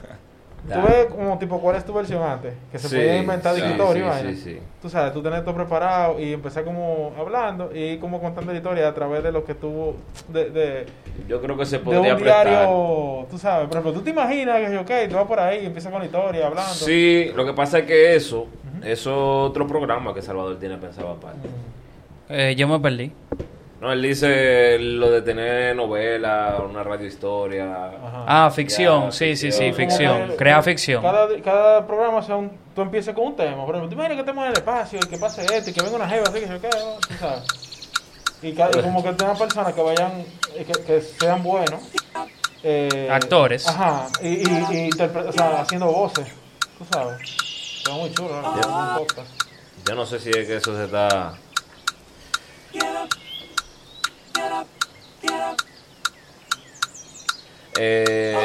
[SPEAKER 4] Tú ves como tipo cuál es tu versión antes, que se
[SPEAKER 1] Sí,
[SPEAKER 4] podía inventar
[SPEAKER 1] sí,
[SPEAKER 4] de
[SPEAKER 1] sí,
[SPEAKER 4] historia y vaina.
[SPEAKER 1] sí, sí.
[SPEAKER 4] Tú sabes, tú tenés todo preparado y empezar como hablando y como contando la historia a través de lo que tú de, de,
[SPEAKER 1] Yo creo que se
[SPEAKER 4] de un
[SPEAKER 1] podría prestar.
[SPEAKER 4] diario, tú sabes, por ejemplo, tú te imaginas que ok, tú vas por ahí y empiezas con la historia hablando.
[SPEAKER 1] Sí, lo que pasa es que eso, eso es otro programa que Salvador tiene pensado aparte.
[SPEAKER 3] Eh, yo me perdí.
[SPEAKER 1] No, él dice lo de tener novela, una radio historia.
[SPEAKER 4] Ajá.
[SPEAKER 3] Ah, ficción.
[SPEAKER 1] Ya,
[SPEAKER 3] sí, sí, sí,
[SPEAKER 1] ficción.
[SPEAKER 3] ficción.
[SPEAKER 4] Como que-
[SPEAKER 3] Crea ficción.
[SPEAKER 4] Cada, cada programa, o sea, un- tú empiezas con un tema. Por ejemplo, tú imaginas que estemos en el espacio y que pase esto y que venga una jeva, así que se quede, tú sabes. Y, ca- y como que tengan personas que vayan, eh, que, que sean buenos. eh,
[SPEAKER 3] Actores.
[SPEAKER 4] Ajá, y, y, y interpre- o sea, haciendo voces, tú sabes. Está muy chulo, ¿no? Un podcast.
[SPEAKER 1] Yo no sé si es que eso se está... Eh,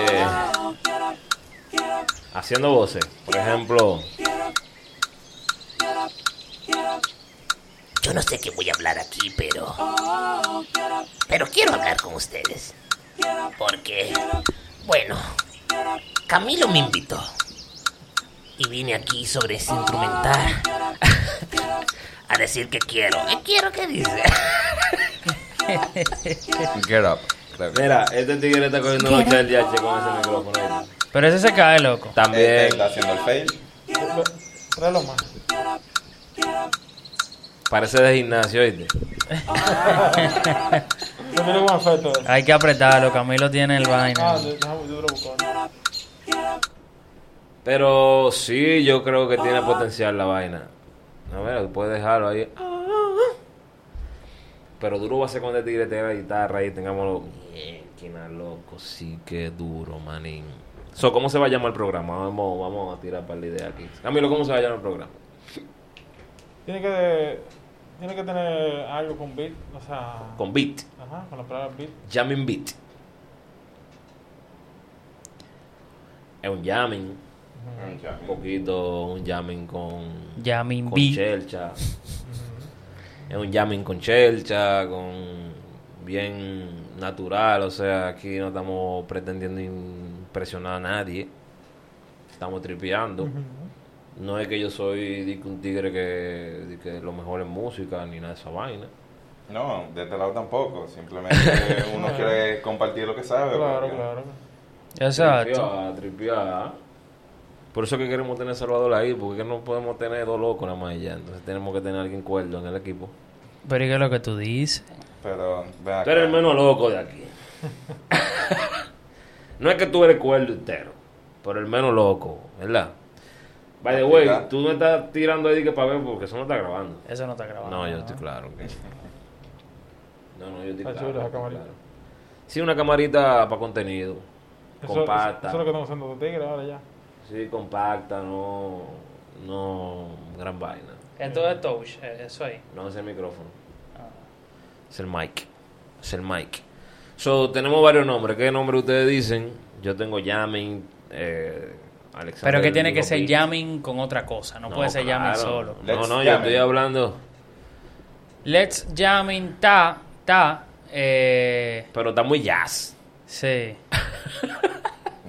[SPEAKER 1] haciendo voces, por ejemplo,
[SPEAKER 5] Yo no sé qué voy a hablar aquí, pero... Pero quiero hablar con ustedes. Porque... Bueno... Camilo me invitó. Y vine aquí sobre ese instrumental. a decir que quiero. ¿Qué quiero que dice?
[SPEAKER 2] Get up. Creo que-
[SPEAKER 1] mira, este tigre está cogiendo un hotel de H con ese micrófono ahí.
[SPEAKER 3] Pero ese se cae, loco.
[SPEAKER 2] Este
[SPEAKER 1] También,
[SPEAKER 2] está haciendo el fail.
[SPEAKER 4] Lo- Tráelo más.
[SPEAKER 1] parece de gimnasio, ¿oíste?
[SPEAKER 4] Yo miro un afecto.
[SPEAKER 3] Hay que apretarlo. Camilo tiene el
[SPEAKER 4] Ah,
[SPEAKER 3] vaina.
[SPEAKER 4] de- déjame, yo te lo busco. ¿no?
[SPEAKER 1] Pero sí, yo creo que tiene potencial la vaina. No, mira, puedes dejarlo ahí. Pero duro va a ser cuando el tigre tenga la guitarra y tengamos Mierda, loco, sí que duro, manín. So, ¿cómo se va a llamar el programa? Vamos, vamos a tirar para la idea aquí. Camilo, ¿cómo se va a llamar el programa?
[SPEAKER 4] Tiene que, tiene que tener algo con beat, o sea...
[SPEAKER 1] Con beat.
[SPEAKER 4] Ajá, con la palabra beat.
[SPEAKER 1] Jamming beat. Es un jamming. Un poquito, un jamming con...
[SPEAKER 3] Ya me
[SPEAKER 1] con
[SPEAKER 3] invito.
[SPEAKER 1] chelcha. Es un jamming con chelcha, con bien natural, o sea, aquí no estamos pretendiendo impresionar a nadie. Estamos tripeando. No es que yo soy di que un tigre que, di que lo mejor es música ni nada de esa vaina.
[SPEAKER 2] No, de este lado tampoco. Simplemente uno quiere compartir lo que sabe.
[SPEAKER 4] Claro,
[SPEAKER 2] porque-
[SPEAKER 4] claro.
[SPEAKER 3] Exacto.
[SPEAKER 1] Tripear, tripear. Por eso es que queremos tener a Salvador ahí, porque es que no podemos tener dos locos nada más y ya. Entonces tenemos que tener a alguien cuerdo en el equipo.
[SPEAKER 3] Pero ¿y qué es lo que tú dices?
[SPEAKER 2] Pero, ven acá.
[SPEAKER 1] Tú eres el menos loco de aquí. no es que tú eres cuerdo entero, pero el menos loco, ¿verdad? By the way,
[SPEAKER 2] Aplica.
[SPEAKER 1] tú no estás tirando ahí que para ver porque eso no está grabando.
[SPEAKER 3] Eso no está grabado.
[SPEAKER 1] No, yo estoy claro. que- No, no, yo estoy
[SPEAKER 4] Está
[SPEAKER 1] claro,
[SPEAKER 4] chula esa
[SPEAKER 1] estoy
[SPEAKER 4] camarita.
[SPEAKER 1] claro. Sí, una camarita para contenido.
[SPEAKER 4] Eso, eso
[SPEAKER 1] compacta.
[SPEAKER 4] es lo que están usando los tigres ahora ya.
[SPEAKER 1] Sí, compacta, no. No. Gran vaina.
[SPEAKER 3] Esto es touch, eh, eso ahí.
[SPEAKER 1] No es el micrófono.
[SPEAKER 3] Ah.
[SPEAKER 1] Es el mic. Es el mic. So, tenemos varios nombres. ¿Qué nombre ustedes dicen? Yo tengo Yamin, eh, Alexander.
[SPEAKER 3] Pero que tiene
[SPEAKER 1] Digo,
[SPEAKER 3] que ser
[SPEAKER 1] Pi.
[SPEAKER 3] Yamin con otra cosa, no, puede ser Yamin
[SPEAKER 1] claro.
[SPEAKER 3] solo.
[SPEAKER 1] No,
[SPEAKER 2] Let's
[SPEAKER 1] no, yo
[SPEAKER 2] Yamin.
[SPEAKER 1] estoy hablando.
[SPEAKER 3] Let's Yamin ta, ta, eh,
[SPEAKER 1] Pero está muy jazz.
[SPEAKER 3] sí.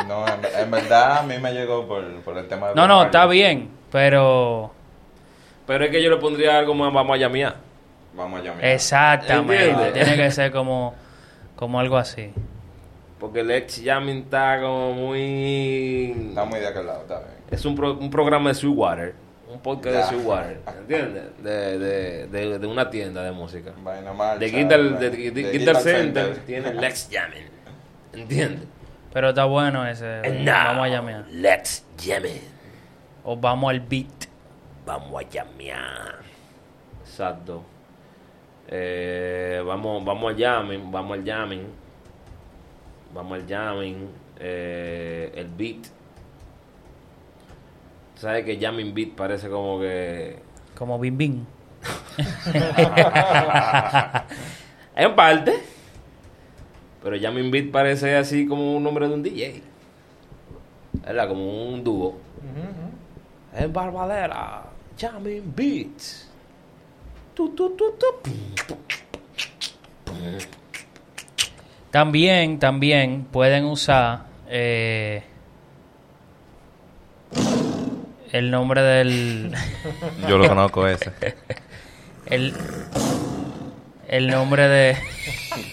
[SPEAKER 2] No, en, en verdad a mí me llegó por, por el tema de.
[SPEAKER 3] No,
[SPEAKER 2] Bob
[SPEAKER 3] no,
[SPEAKER 2] Marley.
[SPEAKER 3] está bien, pero...
[SPEAKER 1] Pero es que yo le pondría algo más, vamos a llamear.
[SPEAKER 2] Vamos a llamar.
[SPEAKER 3] Exactamente,
[SPEAKER 1] ¿Entiendes?
[SPEAKER 3] tiene que ser como, como algo así.
[SPEAKER 1] Porque el ex Yamin está como muy.
[SPEAKER 2] Está muy de aquel lado, está bien.
[SPEAKER 1] Es un, pro- un programa de Sweetwater. Un podcast
[SPEAKER 2] Ya.
[SPEAKER 1] de Sweetwater. ¿Entiendes? De, de, de, de una tienda de música.
[SPEAKER 2] Vaina marcha.
[SPEAKER 1] De Guitar, de, de-
[SPEAKER 2] vaina-
[SPEAKER 1] de
[SPEAKER 2] de
[SPEAKER 1] Guitar
[SPEAKER 2] Guitar
[SPEAKER 1] Center, tiene Lex Yamin. ¿Entiendes?
[SPEAKER 3] Pero está bueno ese.
[SPEAKER 1] Eh,
[SPEAKER 5] And
[SPEAKER 3] Eh,
[SPEAKER 5] now,
[SPEAKER 3] Vamos a llamear.
[SPEAKER 5] Let's llamen.
[SPEAKER 3] O vamos al beat.
[SPEAKER 5] Vamos a llamear.
[SPEAKER 1] Exacto. Eh, vamos, vamos al Yamin. Vamos al Yamin. Vamos al Yamin. Eh, el beat. ¿Sabes que Yamin Beat parece como que.
[SPEAKER 3] Como Bim Bim.
[SPEAKER 1] En parte. Pero Yamin Beat parece así como un nombre de un DJ. ¿Verdad? Como un dúo.
[SPEAKER 4] Ujú, ujú.
[SPEAKER 1] En Barbadera. Yamin Beat. Tu, tu, tu, tu.
[SPEAKER 3] También, también pueden usar eh, el nombre del.
[SPEAKER 2] Yo lo conozco ese.
[SPEAKER 3] El, el nombre de.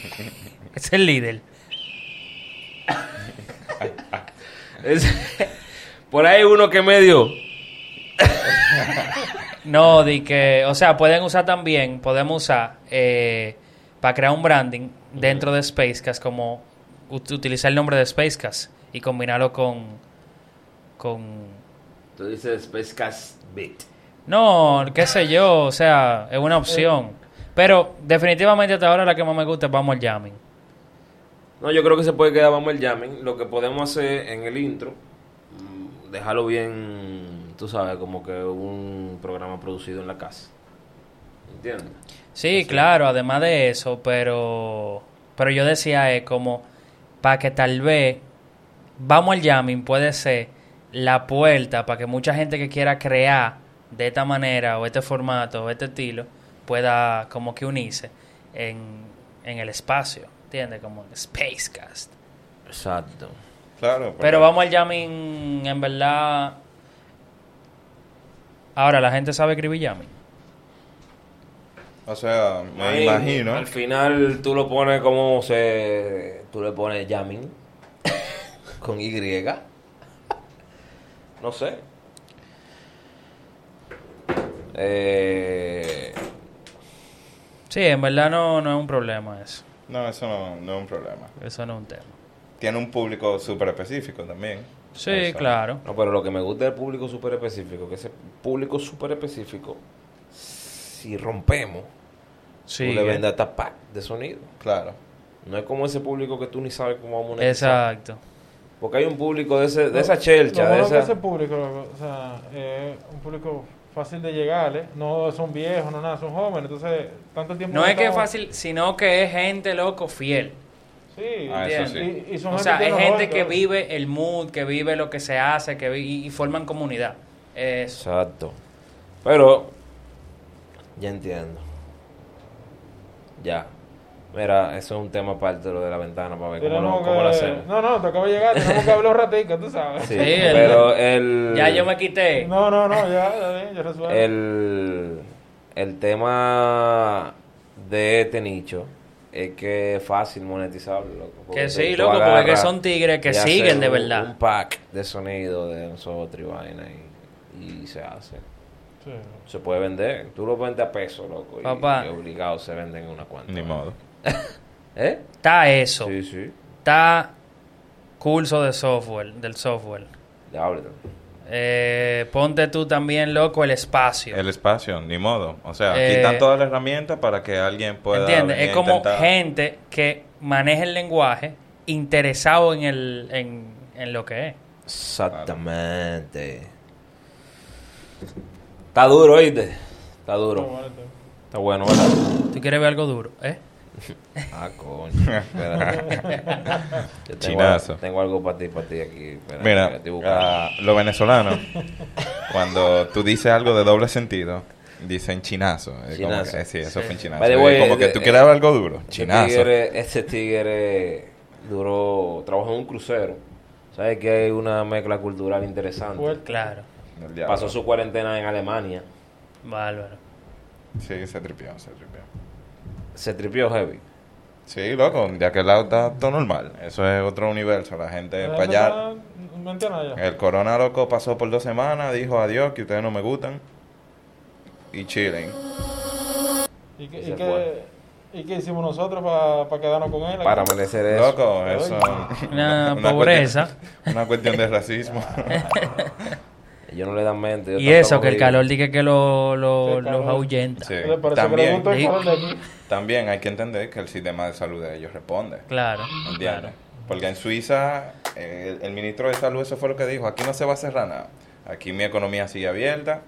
[SPEAKER 3] es el líder.
[SPEAKER 1] Es- por ahí uno que medio.
[SPEAKER 3] No, di que. O sea, pueden usar también. Podemos usar. eh, para crear un branding dentro de Spacecast. Como ut- utilizar el nombre de Spacecast. Y combinarlo con. Con.
[SPEAKER 1] Tú dices Pescas Beat.
[SPEAKER 3] No, qué sé yo, o sea, es una opción. Pero definitivamente hasta ahora la que más me gusta es Vamos al Jamming.
[SPEAKER 1] No, yo creo que se puede quedar, vamos al Yamin. Lo que podemos hacer en el intro, mm, dejarlo bien, tú sabes, como que un programa producido en la casa. ¿Entiendes?
[SPEAKER 3] Sí, claro, además de eso, pero pero yo decía es como para que tal vez Vamos al Jamming puede ser la puerta para que mucha gente que quiera crear de esta manera o este formato o este estilo pueda como que unirse en, en el espacio, ¿entiendes? Como en Spacecast.
[SPEAKER 1] Exacto.
[SPEAKER 2] Claro. porque-
[SPEAKER 3] Pero vamos al jamming, en verdad. Ahora, la gente sabe escribir jamming.
[SPEAKER 2] O sea, me
[SPEAKER 1] Ahí,
[SPEAKER 2] imagino.
[SPEAKER 1] Al final tú lo pones como se. Tú le pones Yamin. con Y. No sé. Eh,
[SPEAKER 3] Sí, en verdad no, no es un problema eso.
[SPEAKER 2] No, eso no, no es un problema.
[SPEAKER 3] Eso no es un tema.
[SPEAKER 2] Tiene un público súper específico también.
[SPEAKER 3] Sí,
[SPEAKER 2] Eso.
[SPEAKER 3] claro.
[SPEAKER 1] no, pero lo que me gusta del público súper específico, que ese público súper específico, si rompemos,
[SPEAKER 3] Sí.
[SPEAKER 1] tú le vendes hasta pack de sonido.
[SPEAKER 2] Claro.
[SPEAKER 1] No es como ese público que tú ni sabes cómo vamos a monetizar.
[SPEAKER 3] Exacto.
[SPEAKER 1] Porque hay un público de, ese, de esa chelcha,
[SPEAKER 4] Lo
[SPEAKER 1] de
[SPEAKER 4] bueno
[SPEAKER 1] esa...
[SPEAKER 4] que ese público, loco, o sea, es un público fácil de llegar, ¿eh? No son viejos, no nada, son jóvenes, entonces tanto tiempo...
[SPEAKER 3] No es que es
[SPEAKER 4] estamos-
[SPEAKER 3] fácil, sino que es gente loco fiel.
[SPEAKER 4] Sí,
[SPEAKER 2] Ah, eso sí.
[SPEAKER 4] y, y son
[SPEAKER 3] O sea, es
[SPEAKER 4] tiene
[SPEAKER 3] gente
[SPEAKER 4] ojo,
[SPEAKER 3] que
[SPEAKER 4] loco.
[SPEAKER 3] vive el mood, que vive lo que se hace, que vi- y, y forman comunidad. Eso.
[SPEAKER 1] Exacto. Pero, ya entiendo. Ya. Mira, eso es un tema aparte de lo de la ventana para ver cómo,
[SPEAKER 4] Tenemos
[SPEAKER 1] lo, cómo lo
[SPEAKER 4] que-
[SPEAKER 1] hacemos.
[SPEAKER 4] No, no, te acabo de llegar, tenemos que hablar un ratico, tú sabes.
[SPEAKER 1] Sí,
[SPEAKER 3] Sí, el-
[SPEAKER 1] pero el,
[SPEAKER 3] Ya yo me quité.
[SPEAKER 4] No, no, no, ya, ya, bien, ya resuelvo.
[SPEAKER 1] el, el tema de este nicho es que es fácil monetizarlo, loco. porque
[SPEAKER 3] Que
[SPEAKER 1] tú-
[SPEAKER 3] sí,
[SPEAKER 1] tú
[SPEAKER 3] loco, porque
[SPEAKER 1] agarras
[SPEAKER 3] son tigres que
[SPEAKER 1] y haces
[SPEAKER 3] siguen de
[SPEAKER 1] un-
[SPEAKER 3] verdad.
[SPEAKER 1] Un pack de sonido de nosotros y vaina y, y se hace.
[SPEAKER 4] Sí.
[SPEAKER 1] Se puede vender. Tú lo vendes a peso, loco. y-
[SPEAKER 3] Papá.
[SPEAKER 1] Y, obligado se venden en una cuenta.
[SPEAKER 2] Ni modo.
[SPEAKER 1] ¿Eh?
[SPEAKER 3] Está eso.
[SPEAKER 1] Sí, sí.
[SPEAKER 3] Está curso de software, del software.
[SPEAKER 1] Ya ahorita.
[SPEAKER 3] Eh, ponte tú también, loco, el espacio.
[SPEAKER 2] El espacio, ni modo. O sea,
[SPEAKER 3] Eh,
[SPEAKER 2] quitan todas las herramientas para que alguien pueda.
[SPEAKER 3] ¿Entiendes?
[SPEAKER 2] venir
[SPEAKER 3] Es
[SPEAKER 2] a
[SPEAKER 3] como
[SPEAKER 2] intentar-
[SPEAKER 3] gente que maneja el lenguaje interesado en, el, en, en lo que es.
[SPEAKER 1] Exactamente. Está duro, oíste. Está duro. Está bueno, ¿verdad?
[SPEAKER 3] ¿Tú quieres ver algo duro? ¿Eh?
[SPEAKER 1] Ah, coño. espera. Yo tengo,
[SPEAKER 2] Chinazo.
[SPEAKER 1] algo- tengo algo para ti, para ti aquí. Espera, que
[SPEAKER 2] Mira,
[SPEAKER 1] estoy buscando. Este
[SPEAKER 2] ah, los venezolanos, cuando tú dices algo de doble sentido, dicen chinazo. Es como
[SPEAKER 1] Chinazo.
[SPEAKER 2] que- sí, eso fue un chinazo.
[SPEAKER 1] By the
[SPEAKER 2] Es
[SPEAKER 1] way,
[SPEAKER 2] como que
[SPEAKER 1] de-
[SPEAKER 2] tú
[SPEAKER 1] eh,
[SPEAKER 2] quieres algo duro.
[SPEAKER 1] Este
[SPEAKER 2] Chinazo.
[SPEAKER 1] tigre- este tigre duró, trabajó en un crucero. ¿Sabes que hay una mezcla cultural interesante?
[SPEAKER 4] Fuerte.
[SPEAKER 3] Claro.
[SPEAKER 2] El diablo.
[SPEAKER 1] Pasó su cuarentena en Alemania.
[SPEAKER 3] Bárbaro.
[SPEAKER 2] Sí, se tripió, se tripió.
[SPEAKER 1] Se tripió heavy.
[SPEAKER 2] Sí, loco, de aquel lado está todo normal. Eso es otro universo. La
[SPEAKER 4] Eh,
[SPEAKER 2] gente para Eh, allá. Eh,
[SPEAKER 4] No entiendo ya.
[SPEAKER 2] El corona loco pasó por dos semanas, dijo adiós, que ustedes no me gustan. Y chillen.
[SPEAKER 4] ¿Y
[SPEAKER 2] pues
[SPEAKER 4] qué,
[SPEAKER 1] Ese
[SPEAKER 4] y
[SPEAKER 1] es
[SPEAKER 4] qué-
[SPEAKER 1] bueno.
[SPEAKER 4] y qué hicimos nosotros para quedarnos con él?
[SPEAKER 1] Para amanecer eso.
[SPEAKER 2] Loco, eso.
[SPEAKER 3] Una
[SPEAKER 2] cuestión-
[SPEAKER 3] pobreza.
[SPEAKER 2] una cuestión de racismo.
[SPEAKER 1] Ellos no le dan mente. ellos
[SPEAKER 3] Y
[SPEAKER 1] están
[SPEAKER 3] eso,
[SPEAKER 1] todos
[SPEAKER 3] que el
[SPEAKER 1] jodidos.
[SPEAKER 3] calor dice que lo, lo,
[SPEAKER 4] El
[SPEAKER 3] los
[SPEAKER 4] calor.
[SPEAKER 3] ahuyenta.
[SPEAKER 2] Sí.
[SPEAKER 4] Le parece que le
[SPEAKER 2] También,
[SPEAKER 4] gustó el
[SPEAKER 3] Sí.
[SPEAKER 4] color de aquí.
[SPEAKER 2] también hay que entender que el sistema de salud de ellos responde.
[SPEAKER 3] Claro.
[SPEAKER 2] ¿Entiendes?
[SPEAKER 3] claro.
[SPEAKER 2] Porque en Suiza, eh, el, el ministro de Salud, eso fue lo que dijo: aquí no se va a cerrar nada. Aquí mi economía sigue abierta,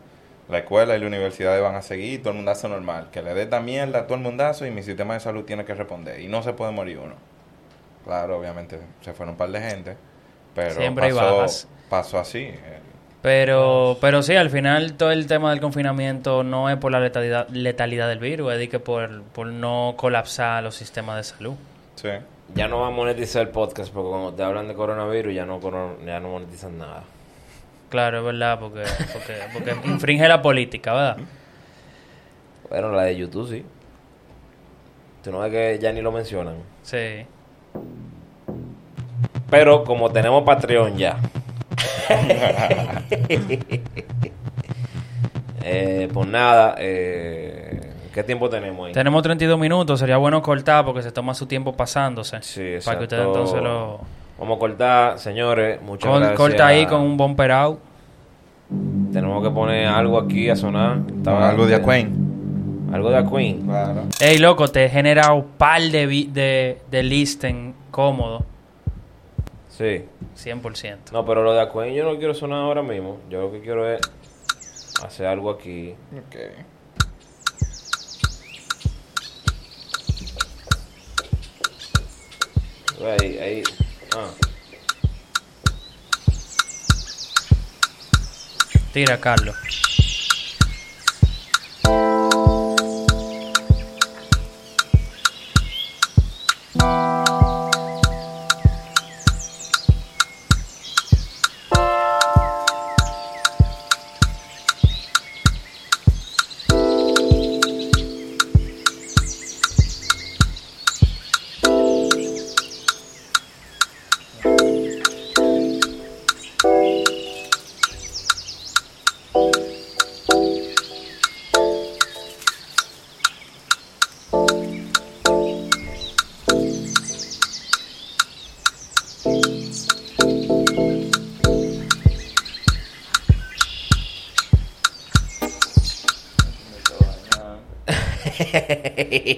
[SPEAKER 2] la escuela y la universidad van a seguir, todo el mundazo normal. Que le dé esta mierda a todo el mundazo y mi sistema de salud tiene que responder. Y no se puede morir uno. Claro, obviamente se fueron un par de gente, pero
[SPEAKER 3] Siempre hay bajas.
[SPEAKER 2] pasó, pasó así. eh,
[SPEAKER 3] Pero, pero sí, al final todo el tema del confinamiento no es por la letalidad, letalidad del virus, es de que por, por no colapsar los sistemas de salud.
[SPEAKER 2] Sí.
[SPEAKER 1] Ya no va a monetizar el podcast porque cuando te hablan de coronavirus ya no, cono- ya no monetizan nada.
[SPEAKER 3] Claro, es verdad, porque, porque, porque infringe la política, ¿verdad?
[SPEAKER 1] Bueno, la de YouTube sí. Tú no ves que ya ni lo mencionan.
[SPEAKER 3] Sí.
[SPEAKER 1] Pero como tenemos Patreon ya. Eh, pues nada, eh, ¿qué tiempo tenemos ahí?
[SPEAKER 3] Tenemos 32 minutos, sería bueno cortar porque se toma su tiempo pasándose.
[SPEAKER 1] Sí,
[SPEAKER 3] Para que
[SPEAKER 1] exacto.
[SPEAKER 3] ustedes entonces lo...
[SPEAKER 1] Vamos a cortar, señores. Muchas
[SPEAKER 3] Con-
[SPEAKER 1] gracias.
[SPEAKER 3] corta ahí con un bumper out.
[SPEAKER 1] Tenemos que poner algo aquí a sonar. Estaba-
[SPEAKER 2] algo de Aquain.
[SPEAKER 1] Algo de Queen.
[SPEAKER 2] Claro.
[SPEAKER 3] Ey, loco, te he generado par de, vi- de, de listen cómodo,
[SPEAKER 1] Sí.
[SPEAKER 3] 100%.
[SPEAKER 1] No, pero lo de Aquain yo no quiero sonar ahora mismo. Yo lo que quiero es hacer algo aquí.
[SPEAKER 2] Ok.
[SPEAKER 1] Ahí, ahí. Ah.
[SPEAKER 3] Tira, Carlos.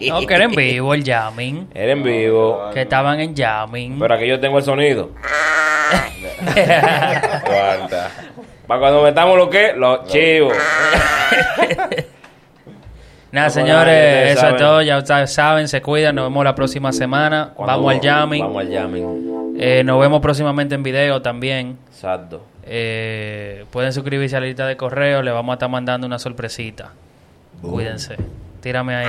[SPEAKER 3] No, que era en vivo el jamming.
[SPEAKER 1] Era en
[SPEAKER 2] Ah,
[SPEAKER 1] vivo.
[SPEAKER 3] Que estaban en jamming.
[SPEAKER 1] Pero aquí yo tengo el sonido.
[SPEAKER 2] Guarda.
[SPEAKER 1] Para cuando metamos lo que, los chivos.
[SPEAKER 3] Nada,
[SPEAKER 1] No, bueno,
[SPEAKER 3] señores,
[SPEAKER 1] ya
[SPEAKER 3] eso
[SPEAKER 1] saben.
[SPEAKER 3] es todo. Ya ustedes saben, se cuidan. Nos vemos la próxima semana.
[SPEAKER 1] Cuando
[SPEAKER 3] Vamos al jamming.
[SPEAKER 1] Vamos al jamming.
[SPEAKER 3] Eh, nos vemos próximamente en video también.
[SPEAKER 1] Exacto.
[SPEAKER 3] Eh, pueden suscribirse a la lista de correo. Le vamos a estar mandando una sorpresita. Cuídense. Tírame ahí.